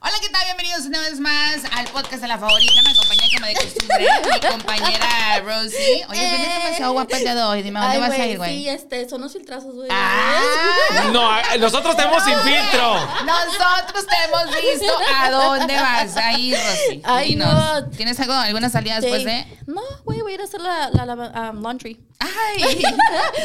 tal? Bienvenidos una vez más al podcast de la favorita. Me acompaña como de costumbre mi compañera Rosie. Oye, ¿quién es demasiado guapa el dedo hoy? Dime, ¿a ¿dónde vas a ir, Sí, güey? este, son los filtrazos, güey. Ah, No, a- nosotros tenemos sin filtro. Nosotros te hemos visto a dónde vas a ir, Rosy. Ay, Dinos, no. ¿tienes algo, alguna salida Sí. después de...? No, güey, voy a ir a hacer la, la, la- um, laundry. ¡Ay!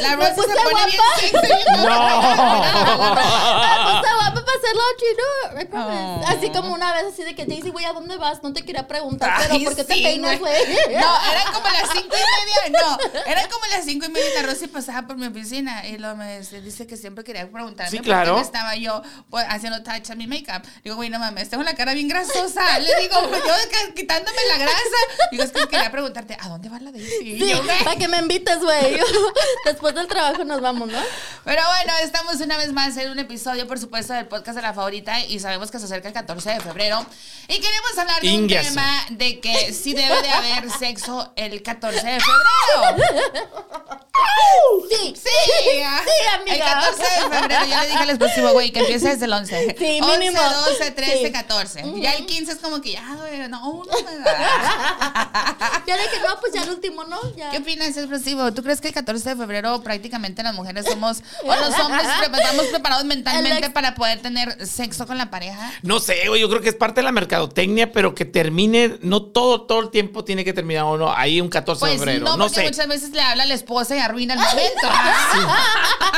La Me Rosy se puse pone bien guapa. sexy. No. Ah, pues está guapa para hacer laundry, no, I promise. Oh. Así como una vez, así de que te dice, güey, ¿a dónde vas? No te quería preguntar, Ay, pero ¿por qué sí, te peinas, güey. güey? No, eran como las cinco y media. No, eran como las cinco y media. y La Rosy pasaba por mi oficina y lo me dice, dice que siempre quería preguntarme Sí, por qué claro. me estaba yo pues, haciendo touch a mi makeup. Digo, güey, no mames, tengo la cara bien grasosa. Le digo, güey, yo acá quitándome la grasa. Digo, es que quería preguntarte, ¿a dónde va la de Sí, para que me invites, güey. Después del trabajo nos vamos, ¿no? Pero bueno, estamos una vez más en un episodio, por supuesto, del podcast de la favorita y sabemos que se acerca el 14 de febrero y queremos hablar de un Ínguese. tema de que sí debe de haber sexo el 14 de febrero. Sí. Sí, amiga. El 14 de febrero, ya le dije al explosivo, güey, que empiece desde el 11. Sí, mínimo. 11, 12, 13, Sí. 14. Ya el 15 es como que ya, güey, no, uno. Ya de que no, pues ya el último, ¿no? Ya. ¿Qué opinas, explosivo? ¿Tú crees que el 14 de febrero prácticamente las mujeres somos, o los hombres, pre- estamos preparados mentalmente ex- para poder tener sexo con la pareja? No sé, güey, yo creo que es parte de la mercadotecnia, pero que termine, no todo, todo el tiempo tiene que terminar uno ahí un 14 de Pues febrero. no, No, porque sé. muchas veces le habla a la esposa y arruina el momento. Ah,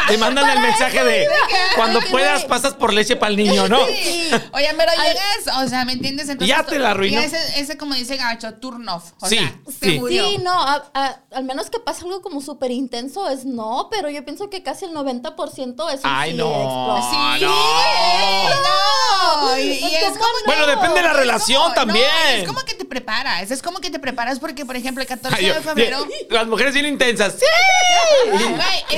Te mandan Ah, el mensaje de cuando Ay, puedas güey. pasas por leche para el niño, ¿no? Sí. Oye, pero llegas, o sea, ¿me entiendes? Ya te la arruinó. ya Ese, ese, como dice Gacho, turn off. O Sí, sea, se sí. murió. Sí, no, a- a- al menos que pase algo como súper intenso es no, pero yo pienso que casi el 90% es un Ay, sí no. explosivo. Ah, Sí, no. Ah, no. Y, y es ¿Cómo como no? Bueno, depende de la es relación como- no, también. es como que te preparas. Es como que te preparas porque, por ejemplo, el 14 Ay, yo- de febrero. las mujeres bien intensas. ¡Sí! Güey,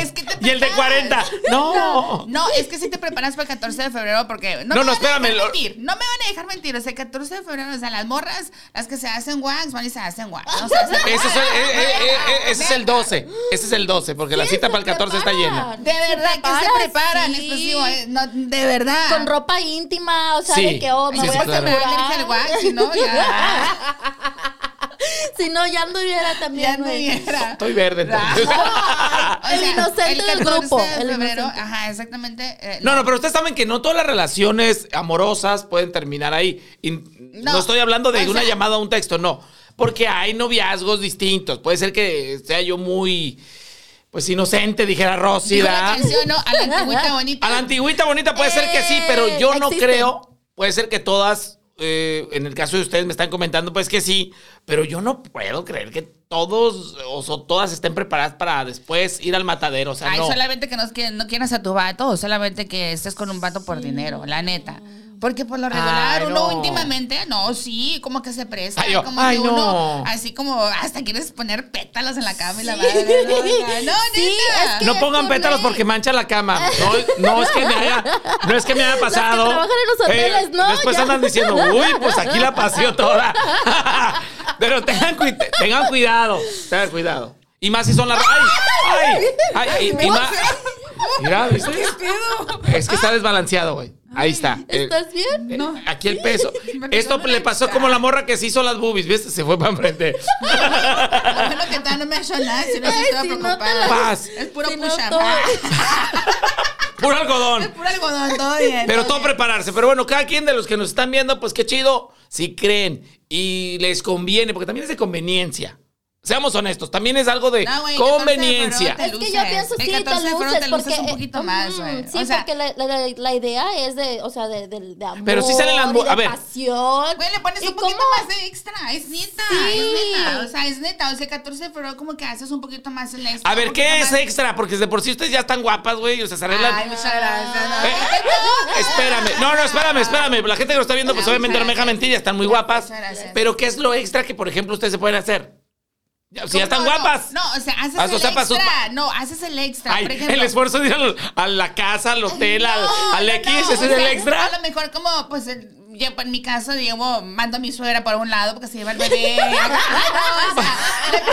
es que te Y el de preparas. 40. No. No, es que si te preparas para el 14 de febrero porque... No, No, me no, van a dejar espérame, lo- mentir, no me van a dejar mentir. O sea, el 14 de febrero, o sea, las morras, las que se hacen wax, van y se hacen wax. O sea, se Ese es el, preparan. eh, eh, eh, eh, ese es el 12. Ese es el 12, porque la Sí, cita se para el 14 está llena. preparan. De verdad Se que se preparan, preparan, sí. exclusivo. eh, no, de verdad. Con ropa íntima, o sea, Sí. de que, oh, me Sí, voy sí, a Porque me da alergia al asegurar. wax, si no, ya, Si no, ya anduviera ya también, no güey. diera. Estoy verde entonces. O sea, El inocente del grupo, de el febrero, inocente. ajá, exactamente. eh, No, no, pero ustedes saben que no todas las relaciones amorosas pueden terminar ahí. Y no, No. estoy hablando de O una sea- llamada a un texto, no. Porque hay noviazgos distintos. Puede ser que sea yo muy, pues, inocente, dijera Rosy, Digo la ¿verdad? canción, ¿no? A la antigüita bonita. A la antigüita bonita puede ser que sí, pero yo no Existen. creo. Puede ser que todas, eh, en el caso de ustedes me están comentando, pues que sí, pero yo no puedo creer que todos o so- todas estén preparadas para después ir al matadero. O sea, Ay, Ah, no. solamente que no, que no quieras a tu vato o solamente que estés con un vato por dinero, la neta. Porque por lo regular Ay, uno no. últimamente, no, sí, como que se presta, Ay, yo- como ay, que uno, no. así como hasta quieres poner pétalos en la cama y la madre. No, no, no, Sí, neta. es que- No pongan con pétalos él. porque mancha la cama. No, no es que me haya, no es que me haya pasado. Eh, trabajan en los hoteles, ¿no? Después Ya. andan diciendo, uy, pues aquí la paseo toda. Pero tengan, cui- tengan cuidado, tengan cuidado. Y más si son las... ¡Ay! ¡Ay! ay, y, y más... Mira, ¿viste? Es que está desbalanceado, güey. Ahí está. Eh, ¿Estás bien? eh, No. Aquí el peso. Me Esto pegó la le pasó chica. como la morra que se hizo las boobies, ¿viste? Se fue para enfrente. Bueno, que tal no me ha hecho nada, si no sí Ay, estaba si no te preocupada. la- Paz. Es puro Si no, push-up. Ah, todo- Puro Es algodón. puro algodón, todo bien. Pero todo todo prepararse. Pero bueno, cada quien de los que nos están viendo, pues qué chido. Si creen y les conviene, porque también es de conveniencia. Seamos honestos, también es algo de No, güey, 14 de conveniencia. febrero Es que yo luces. pienso El sí, 14 de te febrero luces, te luces porque, un poquito eh, más, ujú, güey. Sí, O sea- porque la, la- la idea es de, o sea, de, de, de amor. Pero sí salen las mu- y de a ver. pasión. Güey, le pones ¿Y un poquito cómo? más de extra. Es neta. Sí. Es neta. O sea, es neta. O sea, 14 de febrero como que haces un poquito más el extra. A ver, un ¿qué poquito es más. extra? Porque de por sí ustedes ya están guapas, güey. O sea, se arreglan. Ay, muchas gracias. no. Pues Eh, espérame. No, no, espérame, espérame. La gente que lo está viendo, pues Ay, obviamente no me deja gracias. mentir, ya están muy guapas. Muchas gracias. Pero ¿qué es lo extra que, por ejemplo, ustedes se pueden hacer? Ya, Si ya No, no, están guapas. No, o sea, haces Haz- el o sea, extra. pa' sus- No, haces el extra. Ay, por ejemplo. el esfuerzo de ir al- a la casa, al hotel, al, No, al no, X, no, ese o es el sea, extra. A lo mejor como, pues, el- yo, en mi caso, llevo, mando a mi suegra por un lado porque se lleva el bebé. Ay, no, o sea, marido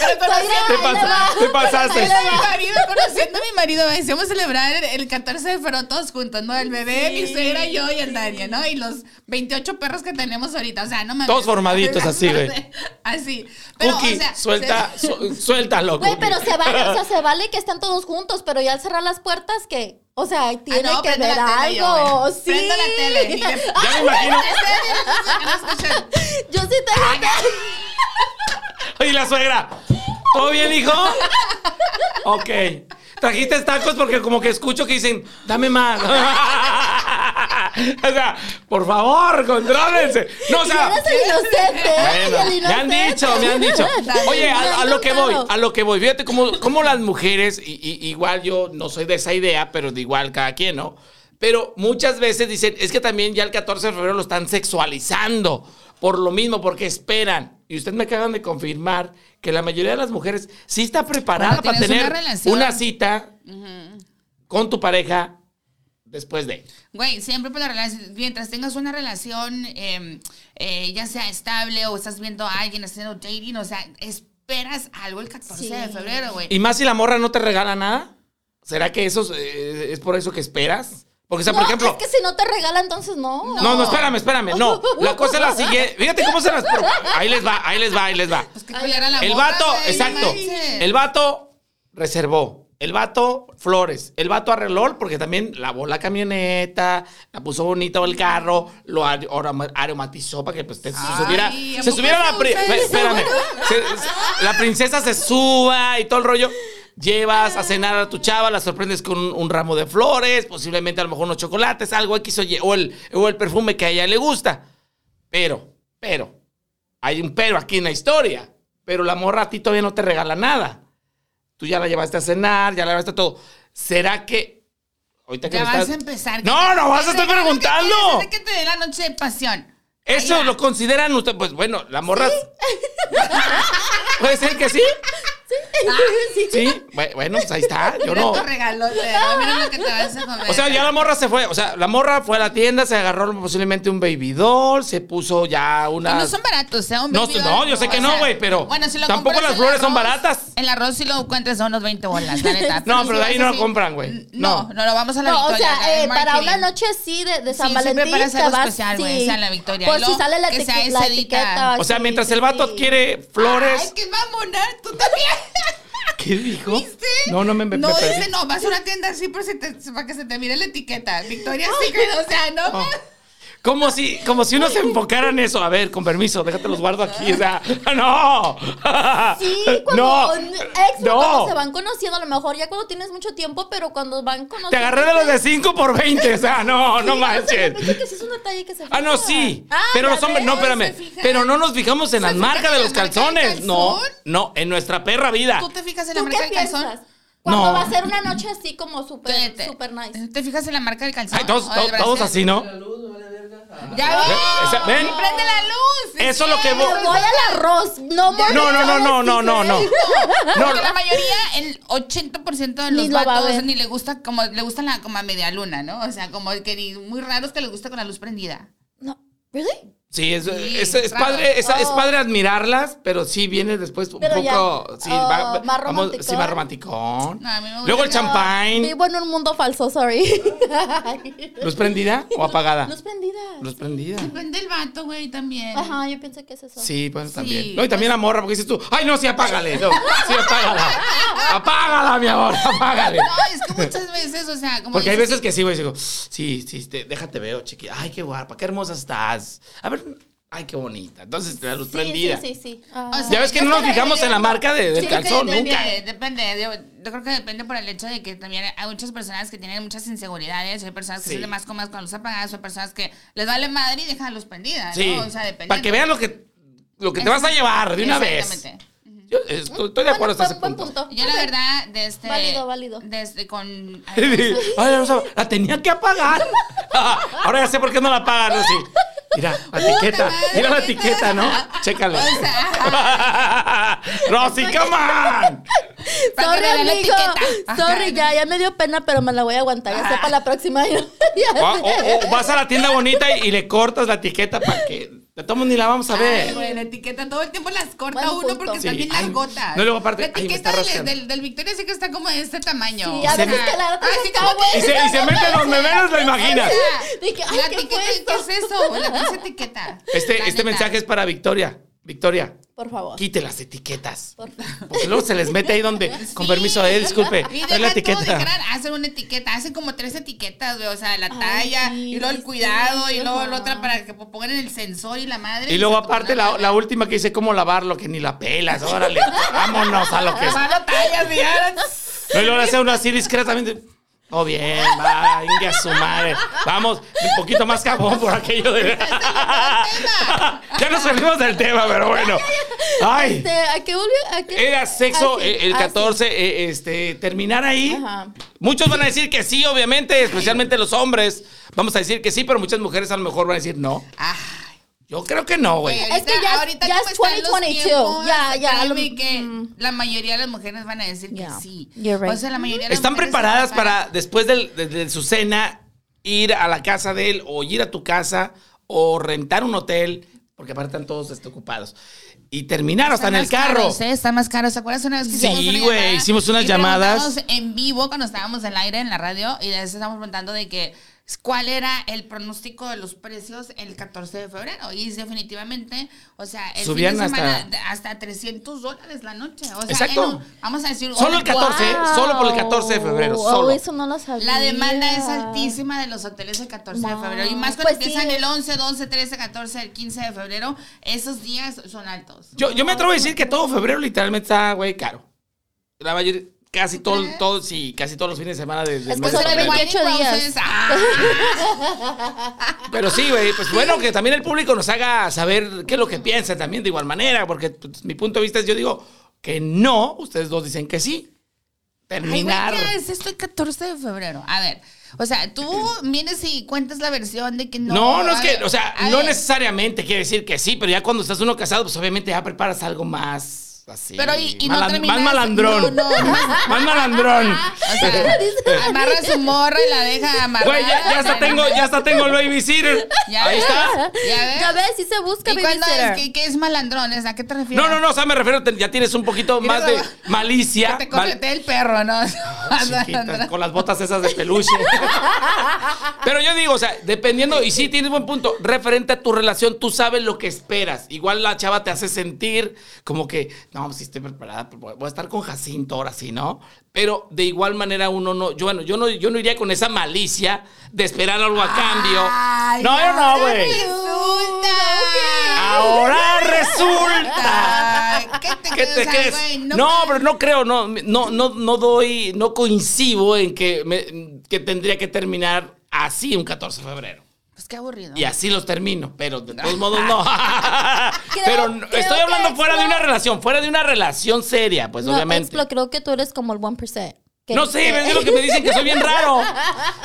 Te, conociendo. Ahí le pas- va. te pasaste. Mi marido conociendo a mi marido, decíamos celebrar el 14 de febrero todos juntos, ¿no? El bebé, mi suegra, yo y el Daniel, ¿no? Y los 28 perros que tenemos ahorita, o sea, no mames. Todos formaditos así, güey. Así. Pero, Cookie, o sea, suelta, se- su- suéltalo. Güey, Cookie. pero se vale, o sea, se vale que estén todos juntos, pero ya al cerrar las puertas, que, o sea, tiene Ah, no, que prendo ver la tele yo, algo. güey. sí. Prendo la tele Ah, y le- Ya me imagino. Yo sí tengo que- Oye, la suegra. ¿Todo bien, hijo? Ok. Trajiste tacos porque como que escucho que dicen, dame más. o sea, por favor, contrólense. No, o y sea. eres el inocente, Bueno, y el me han inocente. dicho, me han dicho. También Oye, me a, han a lo que voy, contado. a lo que voy. Fíjate cómo, cómo las mujeres, y- y- igual yo no soy de esa idea, pero de igual cada quien, ¿no? Pero muchas veces dicen, es que también ya el 14 de febrero lo están sexualizando por lo mismo, porque esperan. Y ustedes me acaban de confirmar que la mayoría de las mujeres sí está preparada Cuando para tienes tener una relación. una cita con tu pareja después de. Güey, siempre por la relación, mientras tengas una relación, eh, eh, ya sea estable o estás viendo a alguien haciendo dating, o sea, esperas algo el 14 de Sí. febrero, güey. ¿Y más si la morra no te regala nada? ¿Será que eso es, eh, es por eso que esperas? Porque, o sea, No, por ejemplo. es que si no te regala, entonces no. No, no, espérame, espérame. No, la cosa es la siguiente. Fíjate cómo se las. pro- Ahí les va, ahí les va, ahí les va. Pues que culera la El morra, vato, güey, no exacto. manches. El vato reservó. El vato flores. El vato arregló porque también lavó la camioneta, la puso bonito el carro, lo ar- aroma- aromatizó para que pues, te- se Ay, subiera. ¿a Se poco subiera se la. pri- usa Ve, eso? Espérame. Se- se- la princesa se suba y todo el rollo. Llevas a cenar a tu chava, la sorprendes con un, un ramo de flores, posiblemente a lo mejor unos chocolates, algo X o Y, o el, o el perfume que a ella le gusta. Pero, pero, hay un pero aquí en la historia. Pero la morra a ti todavía no te regala nada. Tú ya la llevaste a cenar, ya la llevaste a todo. ¿Será que... Ahorita que Ya me vas estás- a empezar. No, no vas a estar preguntando. Es que te dé la noche de pasión. Eso Ahí va. lo consideran ustedes. Pues bueno, la morra... ¿Puede ser que sí? Ah, Sí. Sí. Bue- Bueno, pues ahí está. Yo no... Tu regalo, te- mira lo que te vas a comer. O sea, ya la morra se fue. O sea, la morra fue a la tienda, se agarró posiblemente un baby doll, se puso ya Y una... Pues no son baratos, sea un Ah, No, baby sí, doll, no, yo sé que o no, sea, güey, pero si lo tampoco compras las el flores son baratas. El arroz si lo encuentras son unos 20 bolas, la neta. No, pero de ahí si no vas lo compran, güey. No, No. no lo vamos a la No, o Victoria. la sea, del eh, para marketing. una noche así de, de San Sí, siempre Valentín preparas te algo vas, especial, güey, sea la Victoria. Por Y si luego sale la, que sea etiqueta- esa la edita. etiqueta. O sea, sí, mientras sí, el vato sí. adquiere flores... Ay, que mamona, tú también. ¿Qué dijo? ¿Viste? No, no me, me- No, me dice, perdí. no, vas a una tienda así por si te- para que se te mire la etiqueta. Victoria Secret, o sea, no. Oh. Como si, como si uno se enfocara en eso. A ver, con permiso, déjate los guardo aquí. O sea, no. Sí, cuando no. un ex, cuando no. se van conociendo, a lo mejor ya cuando tienes mucho tiempo, pero cuando van conociendo. Te agarré de los de 5 por 20. O sea, no, Sí, o no sea, yo manches. pensé que sí es un detalle que se Ah, no, fija. sí. Ah, pero ya los hombres, no, ves, espérame. se fijan. Pero no nos fijamos ¿Se en las fijan marcas en la de los marca del calzones. No, calzón? no, en nuestra perra vida. ¿Tú te fijas en la ¿Tú marca qué del calzón? piensas? Cuando No. va a ser una noche así como ¿Qué súper, te- súper nice. ¿Te fijas en la marca del calzón? Ay, todos, ¿O del todos, todos brasier? así, ¿no? ¡Ya Ve- esa- ven! ven. ¡Prende la luz! Eso es lo que Me vos- voy al arroz. No, No, more no, no, no, no, no, no. No, Porque la mayoría, el 80% de los Ni lo va a vatos ver. ni le gusta, como le gustan la como a media luna, ¿no? O sea, como que ni- muy raros que les gusta con la luz prendida. No. ¿Really? Sí, es, Sí, es- es raro. padre, es, es Oh. padre admirarlas, pero sí viene después un Pero ya, poco. Sí, va- oh, más vamos- romanticón. sí, más romanticón. No, a mí me gusta Luego el que- champagne. Vivo en un mundo falso, sorry. ¿Luz prendida o apagada? Luz prendida. Luz prendida. Depende del vato, güey, también. Ajá, yo pienso que es eso. Sí, bueno, también. Sí, no, y también la morra, porque dices tú, ay, no, sí, apágale. No, sí, apágala. Apágala, mi amor, apágale. No, es que muchas veces, o sea, como. Porque hay dices, veces que sí, güey, digo, sí, sí, te- déjate ver, chiquita. Ay, qué guapa, qué hermosa estás. A ver, ay, qué bonita. Entonces, la luz Sí, prendida. Sí, sí, sí. Ah. O sea, Ya ves que no nos fijamos en la marca de- del Sí, creo que calzón, depende, nunca. Depende, yo, yo creo que depende por el hecho de que también hay muchas personas que tienen muchas inseguridades, hay personas que Sí. son de más cómodas con la luz apagadas, hay personas que les vale madre y dejan la luz prendida, Sí. ¿no? O sea, depende. Para que vean lo que, lo que te vas a llevar de una vez. Exactamente. Yo eh, estoy, estoy de acuerdo hasta ese punto. Yo la verdad, desde... Válido, válido. Desde con... Ay, no sab- la tenía que apagar. Ahora ya sé por qué no la apagan, Rosy. Mira, la etiqueta. madre, Mira la neta. etiqueta, ¿no? Chécale. O Rosy, come on. Para que Sorry, vean la amigo. etiqueta. Ajá. Sorry, ya, ya me dio pena, pero me la voy a aguantar. Ya sepa la próxima. Ya O, o- sé. oh, o vas a la tienda bonita y, y le cortas la etiqueta para que De todos modos ni la vamos a ver. Ay, güey, la etiqueta todo el tiempo las corta Buen uno punto. porque Sí. están bien Ay, largotas. no, y luego aparte, La ay, me etiqueta está del- rascando. del, del Victoria sí que está como de este tamaño. Sí, a O sea, veces que la otra así está, como güey. que- Y se, y se mete donde menos lo imaginas. De que, ay, La ¿qué etiqueta, fue ¿qué eso? es eso? La pinche etiqueta. Este, La neta. este mensaje es para Victoria. Victoria, Por favor. quite las etiquetas. Por- Porque luego se les mete ahí donde. Con permiso, eh, disculpe. Y trae la deja todo, etiqueta. dejar, hacen una etiqueta, hacen como tres etiquetas, güey, o sea, la Ay, talla, sí, y luego el sí, cuidado, y qué luego la guau. otra para que pongan el sensor y la madre. Y luego se aparte la, ponen a- la última que dice cómo lavarlo, que ni la pelas. Órale, vámonos a lo que es. Hermano, tallas, y ya- No, y luego le hace uno así discretamente. Oh, bien, va, India su madre. Vamos, un poquito más cabón por aquello de. ya nos salimos del tema, pero bueno. Ay. Este, ¿A qué volvió? ¿A qué? Era sexo Ah, sí, eh, el ah, sí. 14, eh, este, terminar ahí. Ajá. Muchos van a decir que sí, obviamente, especialmente los hombres. Vamos a decir que sí, pero muchas mujeres a lo mejor van a decir no. Ay, Yo creo que no, güey. güey, Es que ya- ya ¿cómo es están los 2022, tiempos? ya, ya, Créeme lo- que mm. la mayoría de las mujeres van a decir Yeah, que sí. you're right. O sea, la mayoría de las ¿Están mujeres preparadas se para después del- de, de su cena ir a la casa de él o ir a tu casa o rentar un hotel? Porque aparte están todos este, ocupados. Y terminar hasta en el Están más carro. caros, ¿eh? Están más caros. ¿Se acuerdas una vez que Sí, hicimos güey, una llamada hicimos unas y llamadas? preguntamos en vivo cuando estábamos al aire en la radio y les estábamos preguntando de que cuál era el pronóstico de los precios el 14 de febrero y definitivamente, o sea, el Subían fin de semana hasta- de- hasta, 300 dólares la noche. O sea, Exacto. en un- vamos a decir, Solo un- el 14, ¿eh? Solo por el 14 de febrero, Wow, solo. eso no lo sabía. La demanda es altísima de los hoteles el 14 de No, febrero. Y más cuando pues empiezan sí. el 11, 12, 13, 14, el 15 de febrero, esos días son altos. Yo, yo me atrevo a decir que todo febrero literalmente está, güey, caro. La mayoría, casi todo, ¿Eh? todo, sí, casi todos los fines de semana desde Es que solo Pero hay 28 Guadalupe, días. ustedes- ¡Ah! Pero sí, güey, pues bueno, que también el público nos haga saber qué es lo que piensa también de igual manera, porque pues, mi punto de vista es, yo digo que no, ustedes dos dicen que sí. Ay, Terminar. güey, ¿qué es esto el 14 de febrero? A ver, o sea, tú vienes y cuentas la versión de que no. No, no es a que, ver, o sea, a no ver, necesariamente quiere decir que sí, pero ya cuando estás uno casado, pues obviamente ya preparas algo más así. Pero y- y no malan- terminas- más malandrón. no, no, más- más malandrón. O sea, amarra su morra y la deja amarrada. Güey, ya, ya hasta tengo, ya hasta tengo el babysitter. Ya Ahí ves, está. Ya ves. Ya ves, sí se busca ¿Y cuándo babysitter. es? ¿Qué, qué es malandrón? ¿A qué te refieres? No, no, no, o sea, me refiero, te- ya tienes un poquito Mira, más de mamá, malicia. Que te mal- coquetea el perro, ¿no? chiquitas, con las botas esas de peluche. Pero yo digo, o sea, dependiendo, y sí, tienes buen punto, referente a tu relación, tú sabes lo que esperas. Igual la chava te hace sentir como que, no, pues, sí estoy preparada, pues, voy voy a estar con Jacinto ahora sí, ¿no? Pero de igual manera uno no, yo, bueno, yo no, yo no iría con esa malicia de esperar algo a cambio. Ay, no, yo no, güey. Resulta. Ahora resulta. Ay, ¿Qué te ¿Qué crees? te O sea, crees? güey, no, mames. pero no creo, no, no, no, no doy, no coincido en que, me- que tendría que terminar así un 14 de febrero. Pues qué aburrido. Y así los termino, pero de todos modos no. pero no- creo estoy que hablando fuera de Explo- una relación, fuera de una relación seria, pues no, obviamente. Explo, creo que tú eres como el 1%. que- No sé, que- es lo que me dicen que soy bien raro.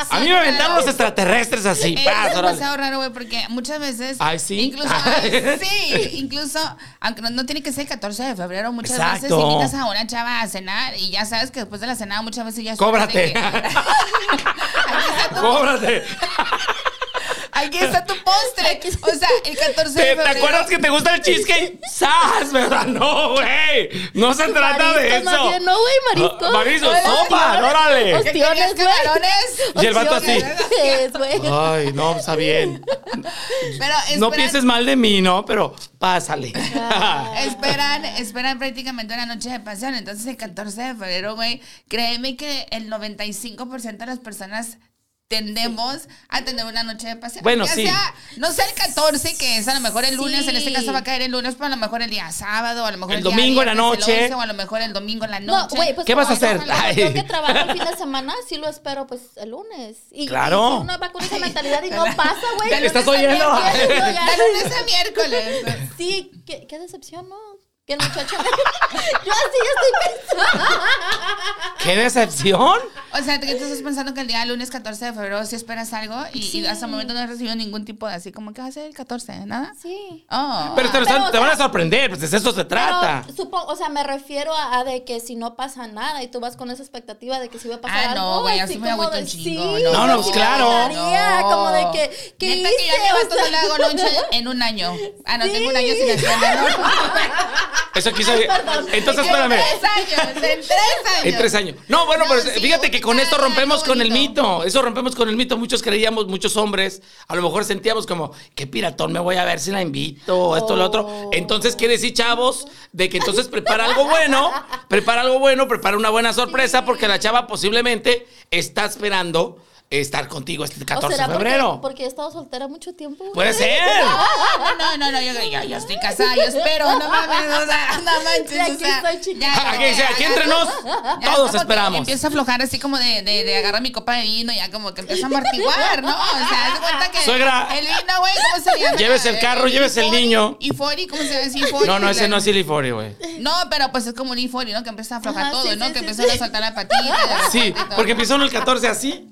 A mí me aventaron los extraterrestres así. Eh, paz, es órale. demasiado raro, güey, porque muchas veces. Ay, sí. Incluso, Ay. sí, incluso, aunque no, no tiene que ser el 14 de febrero, muchas veces Exacto. invitas a una chava a cenar y ya sabes que después de la cena muchas veces ya es Cóbrate. de que, Cóbrate. Aquí está tu postre. O sea, el 14 de ¿Te, te febrero. acuerdas que te gusta el cheesecake? ¡Sas! ¿Verdad? No, güey. No se trata de Mariscos, más eso. bien, No, güey, marisco. Ah, mariscos, Ay, sopa, no, órale. Ostiones, ¿Qué querías, güey. camarones? Y el vato así. Ostiones, güey. Ay, no, está bien. Pero No esperan- pienses mal de mí, ¿no? Pero pásale. Esperan, esperan prácticamente una noche de pasión. Entonces, el 14 de febrero, güey, créeme que el 95% de las personas tendemos a tener una noche de pasión. Bueno, Ya sí. sea, no sea el 14, que es a lo mejor el lunes, en este Sí. caso va a caer el lunes, pero a lo mejor el día sábado, a lo mejor El el, día domingo en la viernes, el noche. 11, o a lo mejor el domingo en la No, noche. güey, pues. ¿Qué vas a como hacer? yo- como Ay. Yo que trabajo el fin de semana, sí lo espero, pues, el lunes. Y, Claro. y si uno va con esa mentalidad y no pasa, güey. Ya le estás Yo no sé oyendo. qué quiero, yo ya- De lunes a miércoles. Sí, qué, qué decepción, ¿no? Que el muchacho. yo así ya estoy pensando. ¡Qué decepción! O sea, que tú estás pensando que el día lunes 14 de febrero si esperas algo y, Sí. y hasta el momento no has recibido ningún tipo de así como, ¿qué va a ser el 14? ¿Nada? Sí. Oh. Pero te, lo Pero, están- o te van a sea, sorprender, pues de eso se trata. Pero, supo- o sea, me refiero a, a de que si no pasa nada y tú vas con esa expectativa de que si va a pasar Ah, algo. no, güey, así así me como agüito un de- chingo. sí, No, no, así pues, me claro. gustaría, No. Como de que, ¿qué Neta hice? que ya mi O vato no sea, le hago lonche en un año. Ah, no, tengo un año sin hacer Eso quiso. Entonces, espérame. En tres años, en tres años. En tres años. No, bueno, No, pero sí, fíjate que con ahorita esto está rompemos algo con el bonito. mito. Eso rompemos con el mito. Muchos creíamos, muchos hombres, a lo mejor sentíamos como, qué piratón me voy a ver si la invito, o esto, o lo otro. Oh. Entonces quiere decir, chavos, de que entonces prepara algo bueno, prepara algo bueno, prepara una buena sorpresa, porque la chava posiblemente está esperando estar contigo este ¿o 14 será de porque- febrero. Porque, he estado soltera mucho tiempo. güey? Puede ser. No, no, no, no, yo, yo, yo estoy casada, yo espero, no mames, o sea, no manches, Sí, aquí o sea, estoy, chiquita. ya, Aquí, dice, aquí entre nos, ya como todos que esperamos. Empiezo a aflojar así como de, de, de agarrar mi copa de vino, ya como que empiezo a amortiguar, ¿no? O sea, haz de cuenta que Suegra, el vino, güey, ¿cómo se llama? Llévese el carro, llévese el niño. Y Fori, ¿cómo se llama? Sí, Fori. No, no, ese no es Ilifori, güey. No, pero pues es como un Ifori, ¿no? Que empieza a aflojar Ajá, todo, sí, ¿no? sí, que sí, empieza sí. a soltar la patita. la patita Sí, y todo. porque empezó en el 14 así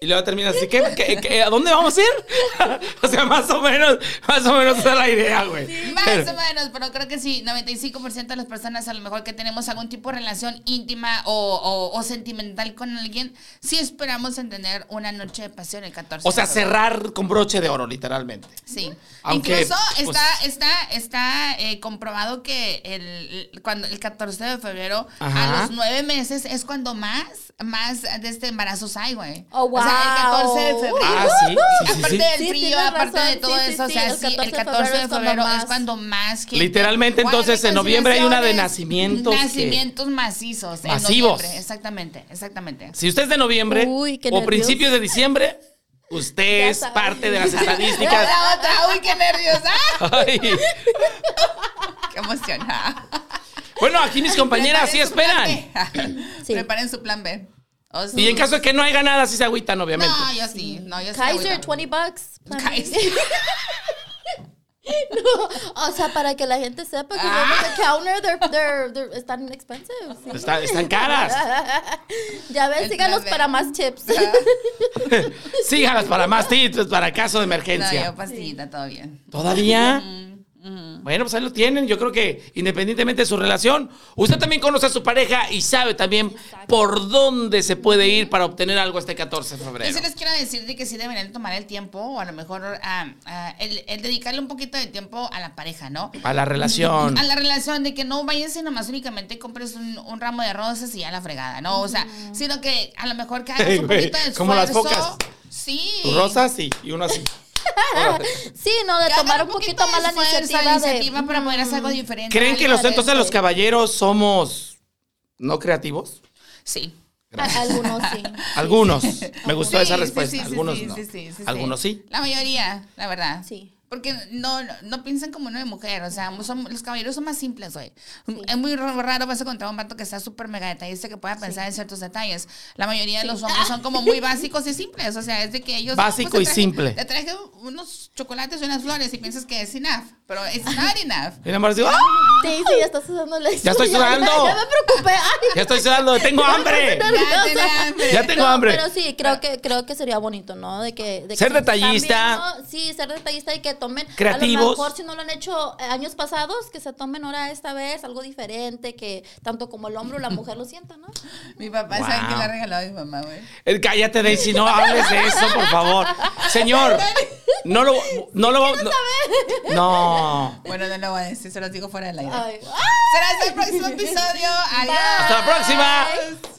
y luego termina así. ¿Qué, qué- qué- a dónde vamos a ir? o sea, más o menos, más o menos esa es la idea, güey. Más Pero- o menos, pero creo que sí, 95% de las personas a lo mejor que tenemos algún tipo de relación íntima o, o- o sentimental con alguien, sí esperamos en tener una noche de pasión el 14. o sea, de febrero. cerrar con broche de oro, literalmente. Sí. Aunque, Incluso pues- está, está, está eh, comprobado que el, cuando, el 14 de febrero, Ajá. a los nueve meses, es cuando más, más de este embarazos hay, güey. Oh, O sea, el wow. 14 de febrero. Ah, sí, sí, sí, Aparte sí. del Sí, frío, tienes aparte razón. de todo Sí, sí, eso, o sí, sea, el sí, 14 el de 14 de febrero es cuando febrero es más. cuando más gente- Literalmente, Guarda entonces, en noviembre hay una de reconciliaciones, nacimientos que- Nacimientos macizos. en Masivos. noviembre, exactamente, exactamente. Si usted es de noviembre Uy, qué o nervios. principios de diciembre, usted Ya es sabe. parte de las estadísticas. Otra, otra, uy, qué nerviosa. Ay. Qué emocionada. Bueno, aquí mis compañeras sí Preparen esperan. su plan B. Sí. Preparen su plan B. O su- Y en caso de que no haya nada, sí se agüitan, obviamente. No, yo sí. No, yo sí. Kaiser, ahorita. 20 bucks. Kaiser. No, o sea, para que la gente sepa que vamos Ah. a counter, they're, they're, they're- están expensive. sí. Está- están caras. Ya ven, síganos Entonces- para más chips. Sígalas para más tips, para caso de No, emergencia. yo pastillita, todo bien. ¿Todavía? Mm. Bueno, pues ahí lo tienen. Yo creo que independientemente de su relación, usted también conoce a su pareja y sabe también por dónde se puede ir para obtener algo este 14 de Yo febrero. sí les quiero decir de que sí deberían tomar el tiempo, o a lo mejor ah, ah, el, el dedicarle un poquito de tiempo a la pareja, ¿no? A la relación. A la relación de que no vayas y nomás únicamente compres un, un ramo de rosas y ya la fregada, ¿no? O sea, Mm. sino que a lo mejor que hagas Ey, un güey, poquito de esfuerzo. como las focas. Sí. Tu rosa, sí, y uno así. Órale. Sí, no, de Que hagan tomar un poquito de más la esfuerzo, iniciativa, de- iniciativa para poder hacer algo Mm. diferente. ¿Creen que algo los entonces los diferente. caballeros somos no creativos? Sí. A- Algunos sí. Algunos. Me gustó Sí, esa sí, respuesta. sí, sí, Algunos sí, no. sí, sí, sí, Algunos sí. La mayoría, la verdad. Sí. Porque no, no, no piensan como una de mujer, o sea, son- los caballeros son más simples, güey. Es muy ra- raro vas a encontrar un vato que sea súper mega detallista que pueda pensar en ciertos detalles. La mayoría de los hombres son como muy básicos y simples, o sea, es de que ellos... no, Básico te y simple. Te traje unos chocolates y unas flores y piensas que es enough, pero it's not enough. Y nada más digo, ¡ah! Sí, sí, ya estás usando la Ya estoy sudando. Ya me preocupé. Ay, Ya estoy sudando, tengo hambre. Ya te nerviosa. hambre. Ya tengo No, hambre. Pero sí, creo que, creo que sería bonito, ¿no? De que, de que Ser se los detallista. cambien, ¿no? Sí, ser detallista y que tomen. Creativos. A lo mejor si no lo han hecho eh, años pasados, que se tomen ahora esta vez algo diferente, que tanto como el hombre o la mujer lo sientan, ¿no? Mi papá Wow. sabe que le ha regalado a mi mamá, güey. Eh, Cállate, Daisy, no hables de eso, por favor. Señor, no lo. No lo no, no. Bueno, no lo voy a decir, Ah, se los digo fuera del aire. Ay. Será hasta el próximo episodio. Adiós. Hasta la próxima.